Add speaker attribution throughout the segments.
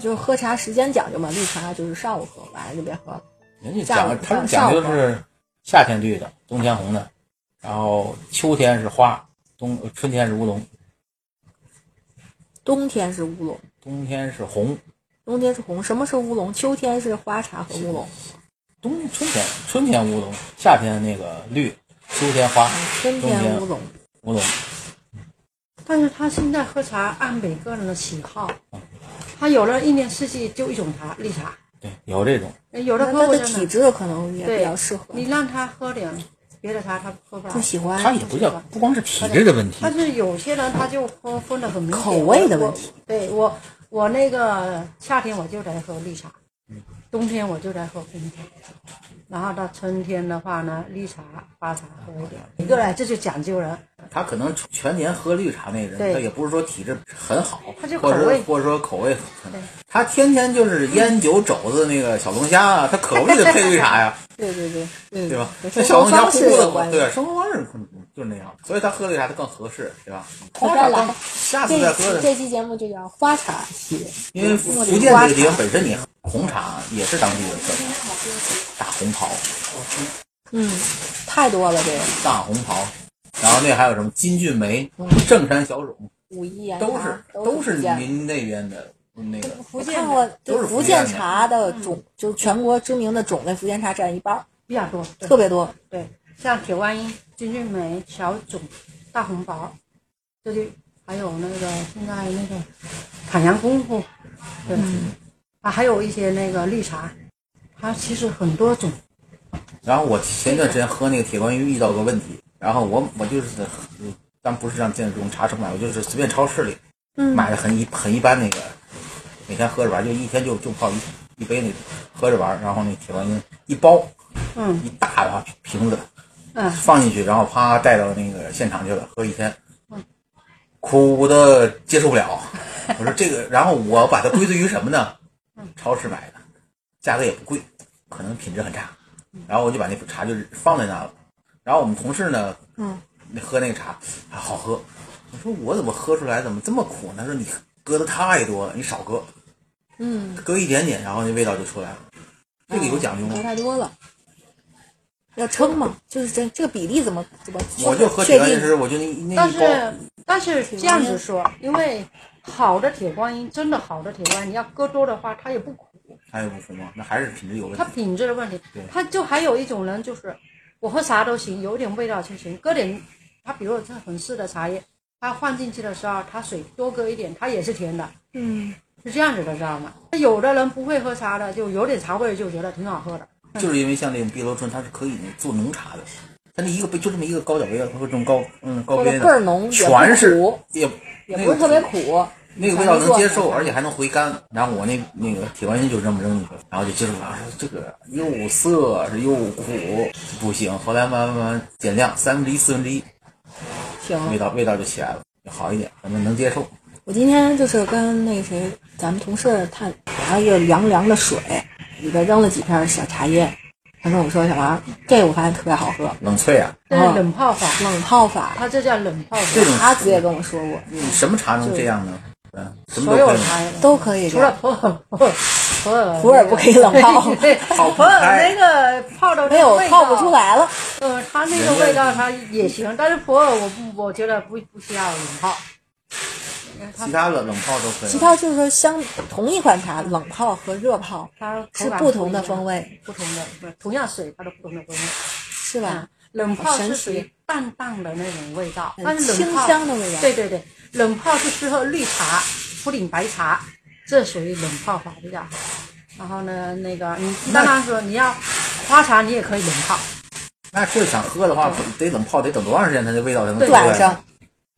Speaker 1: 就是喝茶时间讲究嘛，绿茶就是上午喝，晚上就别喝了。
Speaker 2: 人家
Speaker 1: 下午
Speaker 2: 讲他们
Speaker 1: 上
Speaker 2: 讲
Speaker 1: 午
Speaker 2: 究的是夏天绿的，冬天红的，然后秋天是花，冬春天是乌龙，
Speaker 1: 冬天是乌龙，
Speaker 2: 冬天是红，
Speaker 1: 冬天是红，什么是乌龙？秋天是花茶和乌龙。
Speaker 2: 冬春天春天乌龙，夏天那个绿，秋天花，
Speaker 1: 嗯春
Speaker 2: 冬天
Speaker 1: 天乌龙，
Speaker 2: 乌龙。
Speaker 3: 但是他现在喝茶按每个人的喜好，他有的人一年四季就一种茶，绿茶，
Speaker 2: 对，有这种，
Speaker 3: 有的
Speaker 1: 那
Speaker 3: 喝
Speaker 1: 他
Speaker 3: 过
Speaker 1: 的
Speaker 3: 真
Speaker 1: 体
Speaker 3: 的。
Speaker 1: 质可能也
Speaker 3: 对
Speaker 1: 比较适合，
Speaker 3: 你让他喝点别的茶，他喝不来
Speaker 1: 不。喜欢。
Speaker 2: 它也不叫不光是体质的问题
Speaker 3: 但，是有些人他就喝分得很明显，
Speaker 1: 口味的问题
Speaker 3: 我。对我，我那个夏天我就来喝绿茶，冬天我就来喝红茶，然后到春天的话呢，绿茶、花茶喝一点。一个人这就讲究人，
Speaker 2: 他可能全年喝绿茶那人，
Speaker 3: 对
Speaker 2: 他也不是说体质很好
Speaker 3: 他就，口
Speaker 2: 或者
Speaker 3: 味
Speaker 2: 说或者说口味很，他天天就是烟酒肘子那个小龙虾啊，他可不就得配绿茶呀。
Speaker 1: 对对对，嗯，
Speaker 2: 对吧？那
Speaker 1: 跟生
Speaker 2: 小
Speaker 1: 活
Speaker 2: 龙虾
Speaker 1: 方
Speaker 2: 呼
Speaker 1: 式
Speaker 2: 呼
Speaker 1: 有
Speaker 2: 的，
Speaker 1: 关
Speaker 2: 对，
Speaker 1: 系。
Speaker 2: 生活方式就是那样，所以他喝绿茶他更合适，对吧？
Speaker 1: 那
Speaker 2: 花
Speaker 1: 再
Speaker 2: 茶
Speaker 1: 来
Speaker 2: 更，下
Speaker 1: 这
Speaker 2: 次再
Speaker 1: 一期
Speaker 2: 喝的，
Speaker 1: 这期节目就叫花茶系
Speaker 2: 因为福建这个地方本身你红茶也是当地的特产，大红袍，
Speaker 1: 嗯，太多了，这个
Speaker 2: 大红袍，然后那还有什么金骏眉、正山小种，
Speaker 1: 武夷岩茶
Speaker 2: 都是
Speaker 1: 嗯啊都
Speaker 2: 是
Speaker 1: 福建的
Speaker 2: 您那边的那个。
Speaker 1: 我看过，
Speaker 2: 都
Speaker 1: 就是福
Speaker 2: 福建
Speaker 1: 建
Speaker 2: 的
Speaker 1: 茶的种，就是全国知名的种类，福建茶占一半儿，
Speaker 3: 比较多，对
Speaker 1: 特别多。
Speaker 3: 对，像铁观音、金骏眉、小种、大红袍，这就还有那个现在那个砍阳功夫，对，啊，还有一些那个绿茶，它其实很多种。
Speaker 2: 然后我前一段时间喝那个铁观音遇到个问题，然后我我就是在，但不是让建中茶城买，我就是随便超市里买的很一很一般那个，每天喝着玩，就一天就就泡一一杯那个喝着玩，然后那铁观音一包
Speaker 3: 嗯
Speaker 2: 一大的瓶子
Speaker 3: 嗯，
Speaker 2: 放进去，然后啪带到那个现场去了，喝一天，苦的接受不了。 我说这个，然后我把它归罪于什么呢？超市买的，价格也不贵，可能品质很差。然后我就把那茶就放在那了。然后我们同事呢，
Speaker 1: 嗯，
Speaker 2: 喝那个茶还好喝。我说我怎么喝出来怎么这么苦呢？他说你搁的太多了，你少搁，
Speaker 1: 嗯，
Speaker 2: 搁一点点，然后那味道就出来了。这个有讲究吗
Speaker 1: 喝？太多了，要称嘛，就是这这个比例怎么怎么确定？
Speaker 2: 我就喝
Speaker 1: 确
Speaker 2: 铁观音
Speaker 1: 定
Speaker 2: 时，我就那那
Speaker 3: 但
Speaker 2: 一包
Speaker 3: 是但是这样子说，因为好的铁观音，真的好的铁观音，你要搁多的话，它也不苦，
Speaker 2: 还有不服吗？那还是品质有问
Speaker 3: 它
Speaker 2: 题。
Speaker 3: 品质的问题
Speaker 2: 对。
Speaker 3: 它就还有一种人就是，我喝啥都行，有点味道就行，搁点它比如说这很湿的茶叶，它放进去的时候，它水多搁一点，它也是甜的，
Speaker 1: 嗯，
Speaker 3: 是这样子的，知道吗？有的人不会喝茶的，就有点茶味就觉得挺好喝的。
Speaker 2: 就是因为像这种碧螺春，它是可以做浓茶的。它那一个杯就这么一个高脚杯的，它会这种高嗯高
Speaker 1: 或
Speaker 2: 杯
Speaker 1: 者倍儿
Speaker 2: 的，
Speaker 1: 浓，也不
Speaker 2: 全是
Speaker 1: 苦，
Speaker 2: 也
Speaker 1: 也
Speaker 2: 那
Speaker 1: 不
Speaker 2: 个
Speaker 1: 是特别苦，
Speaker 2: 那个味道能接受，而且还能回甘。然后我那那个铁观音就这么扔进去，然后就接受不了，说这个又涩是又苦，不行。后来慢慢慢慢减量，三分之一、四分之一，
Speaker 1: 行了
Speaker 2: 味。道味道就起来了，就好一点，反正能接受。
Speaker 1: 我今天就是跟那个谁，咱们同事他拿一个凉凉的水，里边扔了几片小茶叶，他跟我说小王，这个我发现特别好喝，
Speaker 2: 冷萃啊，
Speaker 3: 这是
Speaker 1: 哦
Speaker 3: 冷泡法，
Speaker 1: 冷泡法。
Speaker 3: 它这叫冷泡法
Speaker 2: 这，种
Speaker 1: 他直接跟我说过，
Speaker 2: 嗯什么茶能这样呢？嗯，什么
Speaker 3: 所
Speaker 2: 都
Speaker 3: 有
Speaker 2: 可以。
Speaker 3: 茶叶
Speaker 1: 都可以这
Speaker 3: 除
Speaker 1: 样。
Speaker 3: 了普洱，普洱，普洱，
Speaker 1: 普洱不可以冷泡
Speaker 3: 对，
Speaker 2: 泡不
Speaker 3: 普洱
Speaker 2: 开
Speaker 3: 那个泡的
Speaker 1: 没有泡不出。来了，
Speaker 3: 呃，它那个味道它也行，但是普洱我不，我觉得不不需要冷泡。
Speaker 2: 其他的冷泡都可以。
Speaker 1: 其他就是说相同一款茶，冷泡和热泡
Speaker 3: 它
Speaker 1: 是
Speaker 3: 口感
Speaker 1: 不同的
Speaker 3: 一样
Speaker 1: 风，味，
Speaker 3: 不同的，不是同样水它都不同的风味。
Speaker 1: 是吧
Speaker 3: 吧？？冷泡
Speaker 1: 神
Speaker 3: 是
Speaker 1: 奇
Speaker 3: 属于淡淡的那种味道，
Speaker 1: 很
Speaker 3: 但是冷
Speaker 1: 清
Speaker 3: 泡
Speaker 1: 香的味道
Speaker 3: 对对对，冷泡是适合绿茶、普洱白茶，这属于冷泡法比较好。然后呢，那个你当然说你要花茶，你也可以冷泡。
Speaker 2: 那这想喝的话，得冷泡得等多长时间，它这味道才能
Speaker 3: 对
Speaker 2: 出来
Speaker 1: 晚上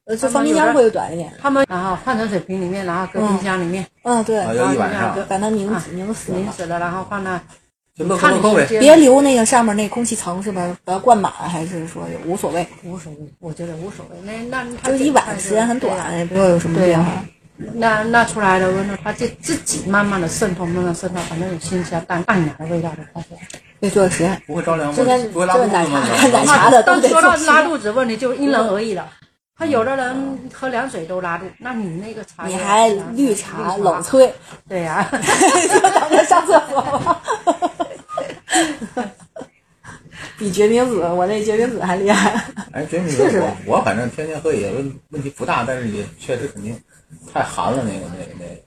Speaker 1: 呃，就放冰箱会短一点。
Speaker 3: 他们然后换成水瓶里面，然后搁冰箱里面
Speaker 1: 嗯，对，
Speaker 2: 啊，要一晚上嗯
Speaker 1: 把它凝
Speaker 3: 啊
Speaker 1: 凝死
Speaker 3: 拧
Speaker 1: 了。
Speaker 3: 死了，然后放那，
Speaker 2: 就乐呵
Speaker 3: 看
Speaker 2: 乐
Speaker 3: 你
Speaker 2: 呵
Speaker 3: 是
Speaker 2: 呗。
Speaker 3: 接
Speaker 1: 别留那个上面那空气层是吧？把它灌满还是说也无所谓，
Speaker 3: 无所谓，我觉得无所谓。那那他
Speaker 1: 就是一晚时间很短，也不会有什么
Speaker 3: 对
Speaker 1: 变
Speaker 3: 啊呀
Speaker 1: 化。
Speaker 3: 那那出来的温度，它就自己慢慢的渗透，慢慢渗透，把那种辛香淡淡雅的味道都发出来。
Speaker 1: 对，做实验。
Speaker 2: 不会着凉吗？
Speaker 1: 之前
Speaker 2: 不会拉肚子吗
Speaker 1: 这？ 奶茶
Speaker 3: 啊
Speaker 1: 的都
Speaker 3: 但
Speaker 1: 得
Speaker 3: 说到
Speaker 1: 做实嗯验
Speaker 3: 拉肚子问题，就因人而异了。他有的人喝凉水都拉肚，那你那个茶也
Speaker 1: 你
Speaker 3: 是啊，
Speaker 1: 还绿茶冷萃，
Speaker 3: 对呀、
Speaker 1: 就等着上厕所吧。 比决明子，我那决明子还厉害。
Speaker 2: 哎，绝密
Speaker 1: 试试
Speaker 2: 我
Speaker 1: 呗
Speaker 2: 我反正天天喝也问问题不大，但是也确实肯定太寒了，那个那个那个。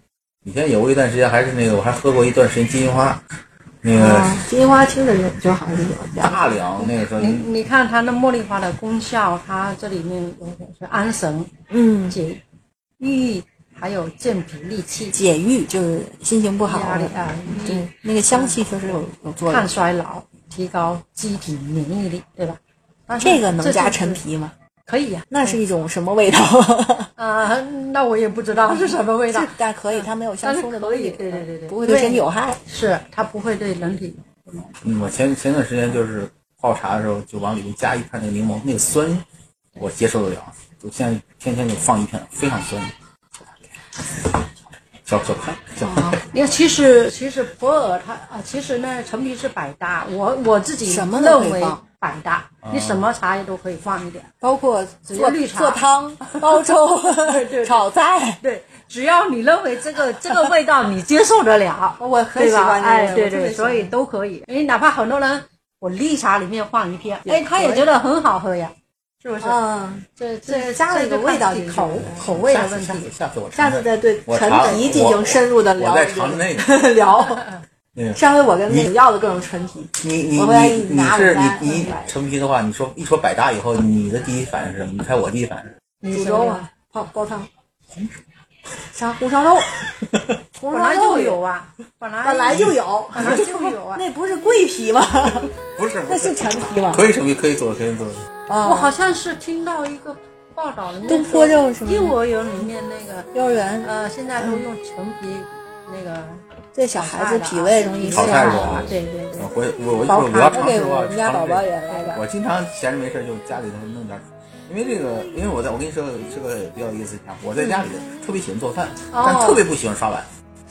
Speaker 2: 以前有过一段时间还是那个，我还喝过一段时间金银花，那个
Speaker 1: 啊，金花听着就就好像是有这样。
Speaker 2: 大凉那个时候
Speaker 3: 你你看它那茉莉花的功效，它这里面有点是安神、
Speaker 1: 嗯，
Speaker 3: 解郁，还有健脾利气、
Speaker 1: 解郁就是心情不好，
Speaker 3: 压力啊、
Speaker 1: 对，那个香气确实有有作
Speaker 3: 抗
Speaker 1: 用。
Speaker 3: 衰老、提高机体免疫力，对吧？但是
Speaker 1: 这个能
Speaker 3: 就
Speaker 1: 加
Speaker 3: 是嗯
Speaker 1: 陈皮吗？
Speaker 3: 可以呀、
Speaker 1: 那是一种什么味道？
Speaker 3: 啊、那我也不知道是什么味道。
Speaker 1: 但可以，它没有香
Speaker 3: 但是
Speaker 1: 葱的
Speaker 3: 可
Speaker 1: 东西，
Speaker 3: 以对对对对
Speaker 1: 不会对身体有害。
Speaker 3: 是它不会对人体
Speaker 2: 嗯，我前前段时间就是泡茶的时候，就往里面加一片那个柠檬，那个酸我接受得了。我现在天天就放一片，非常酸。小小看
Speaker 1: 哦
Speaker 2: 小看，
Speaker 3: 因为其实其实普洱它啊，其实呢陈皮是百搭，我我自己
Speaker 1: 什么都可以
Speaker 3: 认为
Speaker 1: 放
Speaker 3: 百搭，你什么茶叶都可以放一点。
Speaker 1: 包括
Speaker 3: 只要
Speaker 1: 做
Speaker 3: 绿茶
Speaker 1: 做 汤、煲粥、
Speaker 3: 对
Speaker 1: 炒菜，
Speaker 3: 对，只要你认为这个这个味道你接受得了，
Speaker 1: 我很
Speaker 3: 对
Speaker 1: 喜
Speaker 3: 吧？
Speaker 1: 欢这个
Speaker 3: 哎，
Speaker 1: 我
Speaker 3: 对
Speaker 1: 特别
Speaker 3: 对，
Speaker 1: 喜欢
Speaker 3: 所以都可以。哎，哪怕很多人我绿茶里面放一片，哎，他
Speaker 1: 可
Speaker 3: 也
Speaker 1: 以
Speaker 3: 觉得很好喝呀，是不是？
Speaker 1: 嗯，
Speaker 3: 这
Speaker 1: 就是
Speaker 3: 这
Speaker 1: 加了一个
Speaker 3: 这
Speaker 1: 味道
Speaker 3: 看
Speaker 1: 进去
Speaker 3: 口口味的
Speaker 2: 下次
Speaker 3: 问题。
Speaker 2: 下次我
Speaker 1: 下次再对
Speaker 2: 我
Speaker 1: 陈
Speaker 2: 尝
Speaker 1: 皮进行深入的聊。
Speaker 2: 我再尝那个。
Speaker 1: 个 聊。
Speaker 2: 那个
Speaker 1: 上回我跟那个要的各种陈皮，
Speaker 2: 你你
Speaker 1: 我回来给
Speaker 2: 你
Speaker 1: 你
Speaker 2: 你
Speaker 1: 拿
Speaker 2: 是
Speaker 1: 我家
Speaker 2: 你
Speaker 1: 那
Speaker 2: 你
Speaker 1: 个来
Speaker 2: 陈皮的话，你说一说百搭以后，你的第一反应是什么？你猜我第一反应是？
Speaker 1: 煮粥啊，泡煲汤，啥红烧肉，红
Speaker 3: 本
Speaker 1: 烧
Speaker 3: 来
Speaker 1: 肉
Speaker 3: 就有，啊，本来
Speaker 1: 本来就有，
Speaker 3: 本来就有 啊。
Speaker 1: 那不是桂皮吗？
Speaker 2: 不是，不
Speaker 1: 那是陈皮吗？
Speaker 2: 可以陈皮，可以做，可以做。
Speaker 1: 啊
Speaker 3: 我好像是听到一个报道里面
Speaker 1: 东坡肉是吗
Speaker 3: 幼儿园里面那个
Speaker 1: 幼儿园
Speaker 3: 呃，现在都用陈皮那个
Speaker 1: 这小孩子脾胃容易
Speaker 2: 炒
Speaker 1: 下
Speaker 2: 菜是
Speaker 1: 火
Speaker 2: 吧，
Speaker 3: 对对对，
Speaker 2: 我我我一会
Speaker 1: 煲
Speaker 2: 儿我嗯要
Speaker 1: 汤，我
Speaker 2: 尝
Speaker 1: 给
Speaker 2: 试
Speaker 1: 我们家
Speaker 2: 尝
Speaker 1: 宝宝
Speaker 2: 试这个
Speaker 1: 也来点儿。
Speaker 2: 我经常闲着没事儿就家里头弄点儿，因为这个，因为我在我跟你说个这个比较有意思的事儿，我在家里特别喜欢做饭，
Speaker 3: 哦
Speaker 2: 但特别不喜欢刷碗。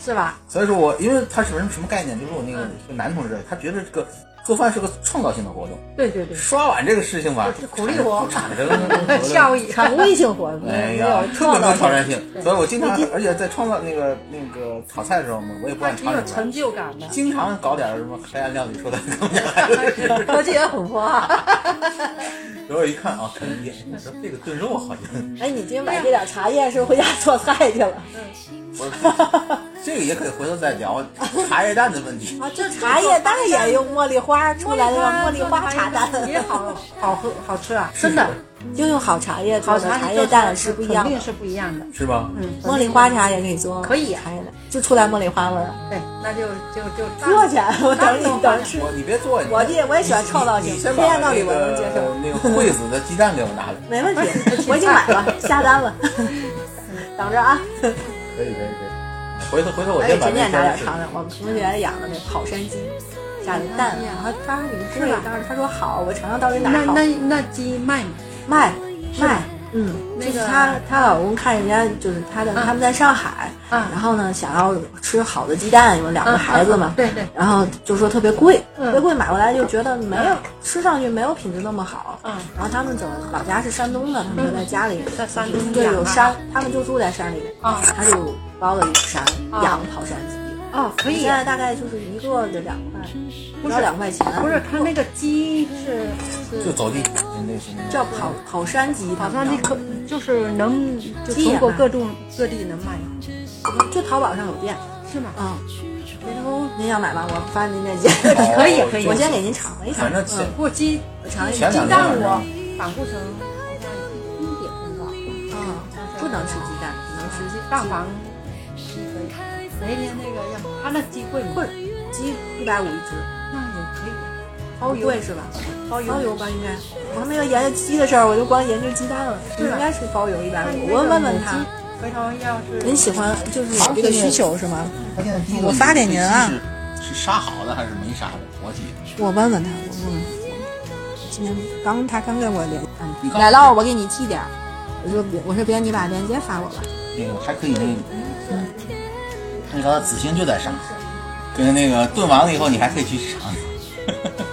Speaker 3: 是吧？
Speaker 2: 所以说我因为他是什么什么概念，就是我那个就男同志，他觉得这个做饭是个创造性的活动，
Speaker 3: 对对对，
Speaker 2: 刷碗这个事情吧
Speaker 3: 就是，鼓励我
Speaker 2: 不产生 那种
Speaker 3: 效益。
Speaker 1: 无力性活动，
Speaker 2: 哎
Speaker 1: 没
Speaker 2: 呀
Speaker 1: 有，
Speaker 2: 特别
Speaker 1: 创
Speaker 2: 没
Speaker 1: 造
Speaker 2: 有
Speaker 1: 性
Speaker 2: 挑战性，所以我经常，而且在创造那个那个炒菜的时候嘛，我也不
Speaker 3: 还
Speaker 2: 敢
Speaker 3: 挺
Speaker 2: 尝
Speaker 3: 有
Speaker 2: 试出来
Speaker 3: 成就感的，
Speaker 2: 经常搞点什么黑暗料理 出来，更 加
Speaker 3: 而且也很花。
Speaker 2: 然后一看啊，看你，你说这个炖肉好像，
Speaker 1: 哎，你今天买这点茶叶是不是回家做菜去了？
Speaker 2: 我 这个也可以回头再聊茶叶蛋的问题。
Speaker 1: 啊，这茶叶蛋也用茉莉花出来的茉莉花茶蛋，
Speaker 3: 也好好喝好吃啊，真的，
Speaker 1: 就用好茶叶
Speaker 3: 好
Speaker 1: 做的
Speaker 3: 茶
Speaker 1: 茶叶蛋是不一样
Speaker 3: 肯定
Speaker 1: 的。
Speaker 3: 是不一样的。
Speaker 2: 是吧？
Speaker 3: 嗯，
Speaker 1: 茉莉花茶也可以做，
Speaker 3: 可以啊
Speaker 1: 茶叶蛋就出来茉莉花味儿。
Speaker 3: 对，那就就就
Speaker 1: 做去，我等你等吃。
Speaker 2: 我你别做，你
Speaker 1: 我这我也喜欢创造性
Speaker 2: 你先
Speaker 1: 黑暗道
Speaker 2: 把
Speaker 1: 理
Speaker 2: 那
Speaker 1: 我能接受
Speaker 2: 个 那个惠子的鸡蛋给我拿来，
Speaker 1: 没问题，我已经买了，下单 了，等着啊！
Speaker 2: 可以可以可以。回头回头我
Speaker 1: 来
Speaker 2: 先
Speaker 1: 给
Speaker 2: 把
Speaker 1: 陈念
Speaker 2: 那
Speaker 1: 哎拿点
Speaker 2: 个
Speaker 1: 尝尝，我们同学养的那跑山鸡，下的蛋，啊然后当时你吃了，当时哎他说好，我尝尝到底哪
Speaker 3: 那
Speaker 1: 儿好，
Speaker 3: 那那鸡卖吗？
Speaker 1: 卖卖。嗯，
Speaker 3: 那
Speaker 1: 就是
Speaker 3: 个嗯
Speaker 1: 她她老公看人家就是她的，他们在上海，
Speaker 3: 啊
Speaker 1: 然后呢想要吃好的鸡蛋，有两个
Speaker 3: 嗯
Speaker 1: 孩子嘛，
Speaker 3: 嗯嗯对对，
Speaker 1: 然后就说特别贵，
Speaker 3: 嗯
Speaker 1: 特别贵，买回来就觉得没有吃上去没有品质那么好，
Speaker 3: 嗯
Speaker 1: 然后他们整老家是山东的，他们就在家里
Speaker 3: 在山东
Speaker 1: 对
Speaker 3: 养
Speaker 1: 有
Speaker 3: 啊
Speaker 1: 山，他们就住在山里面，
Speaker 3: 啊
Speaker 1: 他就包了一个山
Speaker 3: 啊
Speaker 1: 养跑山鸡，
Speaker 3: 哦，可以
Speaker 1: 现
Speaker 3: 啊。
Speaker 1: 在大概就是一个就两块，不
Speaker 3: 不
Speaker 1: 到
Speaker 3: 是
Speaker 1: 两块钱，
Speaker 3: 不是，它那个鸡是
Speaker 2: 就是走进那是那
Speaker 1: 叫跑跑山鸡，
Speaker 3: 好
Speaker 1: 他
Speaker 3: 像
Speaker 1: 们
Speaker 3: 那
Speaker 1: 叫
Speaker 3: 可就是能就
Speaker 1: 鸡也
Speaker 3: 全国
Speaker 1: 卖
Speaker 3: 各种各地能卖，
Speaker 1: 就淘宝上有店，
Speaker 3: 是吗？
Speaker 1: 嗯。
Speaker 3: 回头
Speaker 1: 您要买吗？我发您 链接。
Speaker 2: 个，
Speaker 3: 可以可 以
Speaker 1: 我先给您嗯尝了一尝
Speaker 2: 哦反，正前
Speaker 3: 不过鸡
Speaker 1: 我尝了一
Speaker 3: 鸡
Speaker 1: 尝
Speaker 2: 前。两天
Speaker 3: 蛋
Speaker 2: 晚上
Speaker 3: 我胆固醇好像一点很高，
Speaker 1: 嗯，不能吃鸡蛋，只能吃
Speaker 3: 实际蛋黄鸡可以。那天那个要它那鸡贵吗？
Speaker 1: 鸡一百五一只。
Speaker 3: 那也可以，
Speaker 1: 不
Speaker 3: 蚝油
Speaker 1: 贵是吧？
Speaker 3: 包
Speaker 1: 包
Speaker 3: 邮
Speaker 1: 邮吧，应该。我还没有研究鸡的事儿，我就光研究鸡蛋了。
Speaker 3: 是吧
Speaker 1: 应该是包邮一百
Speaker 3: 那你
Speaker 1: 五。
Speaker 3: 那
Speaker 1: 我
Speaker 3: 个
Speaker 1: 问问
Speaker 3: 母
Speaker 1: 他
Speaker 3: 鸡，回头要是
Speaker 1: 您喜欢就是有这个需求是吗？
Speaker 2: 他现在第一个
Speaker 1: 我发给您啊
Speaker 2: 是，是杀好的还是没杀的活鸡？
Speaker 1: 我问问他，我问问他。今天刚他刚跟我联
Speaker 2: 你
Speaker 1: 系，
Speaker 2: 刚
Speaker 1: 奶酪我给你寄点儿。我说别，我说别，你把链接发我吧。
Speaker 2: 那个还可以那个，
Speaker 1: 嗯
Speaker 2: 那个紫星就在上海，跟那个炖完了以后，你还可以去尝尝。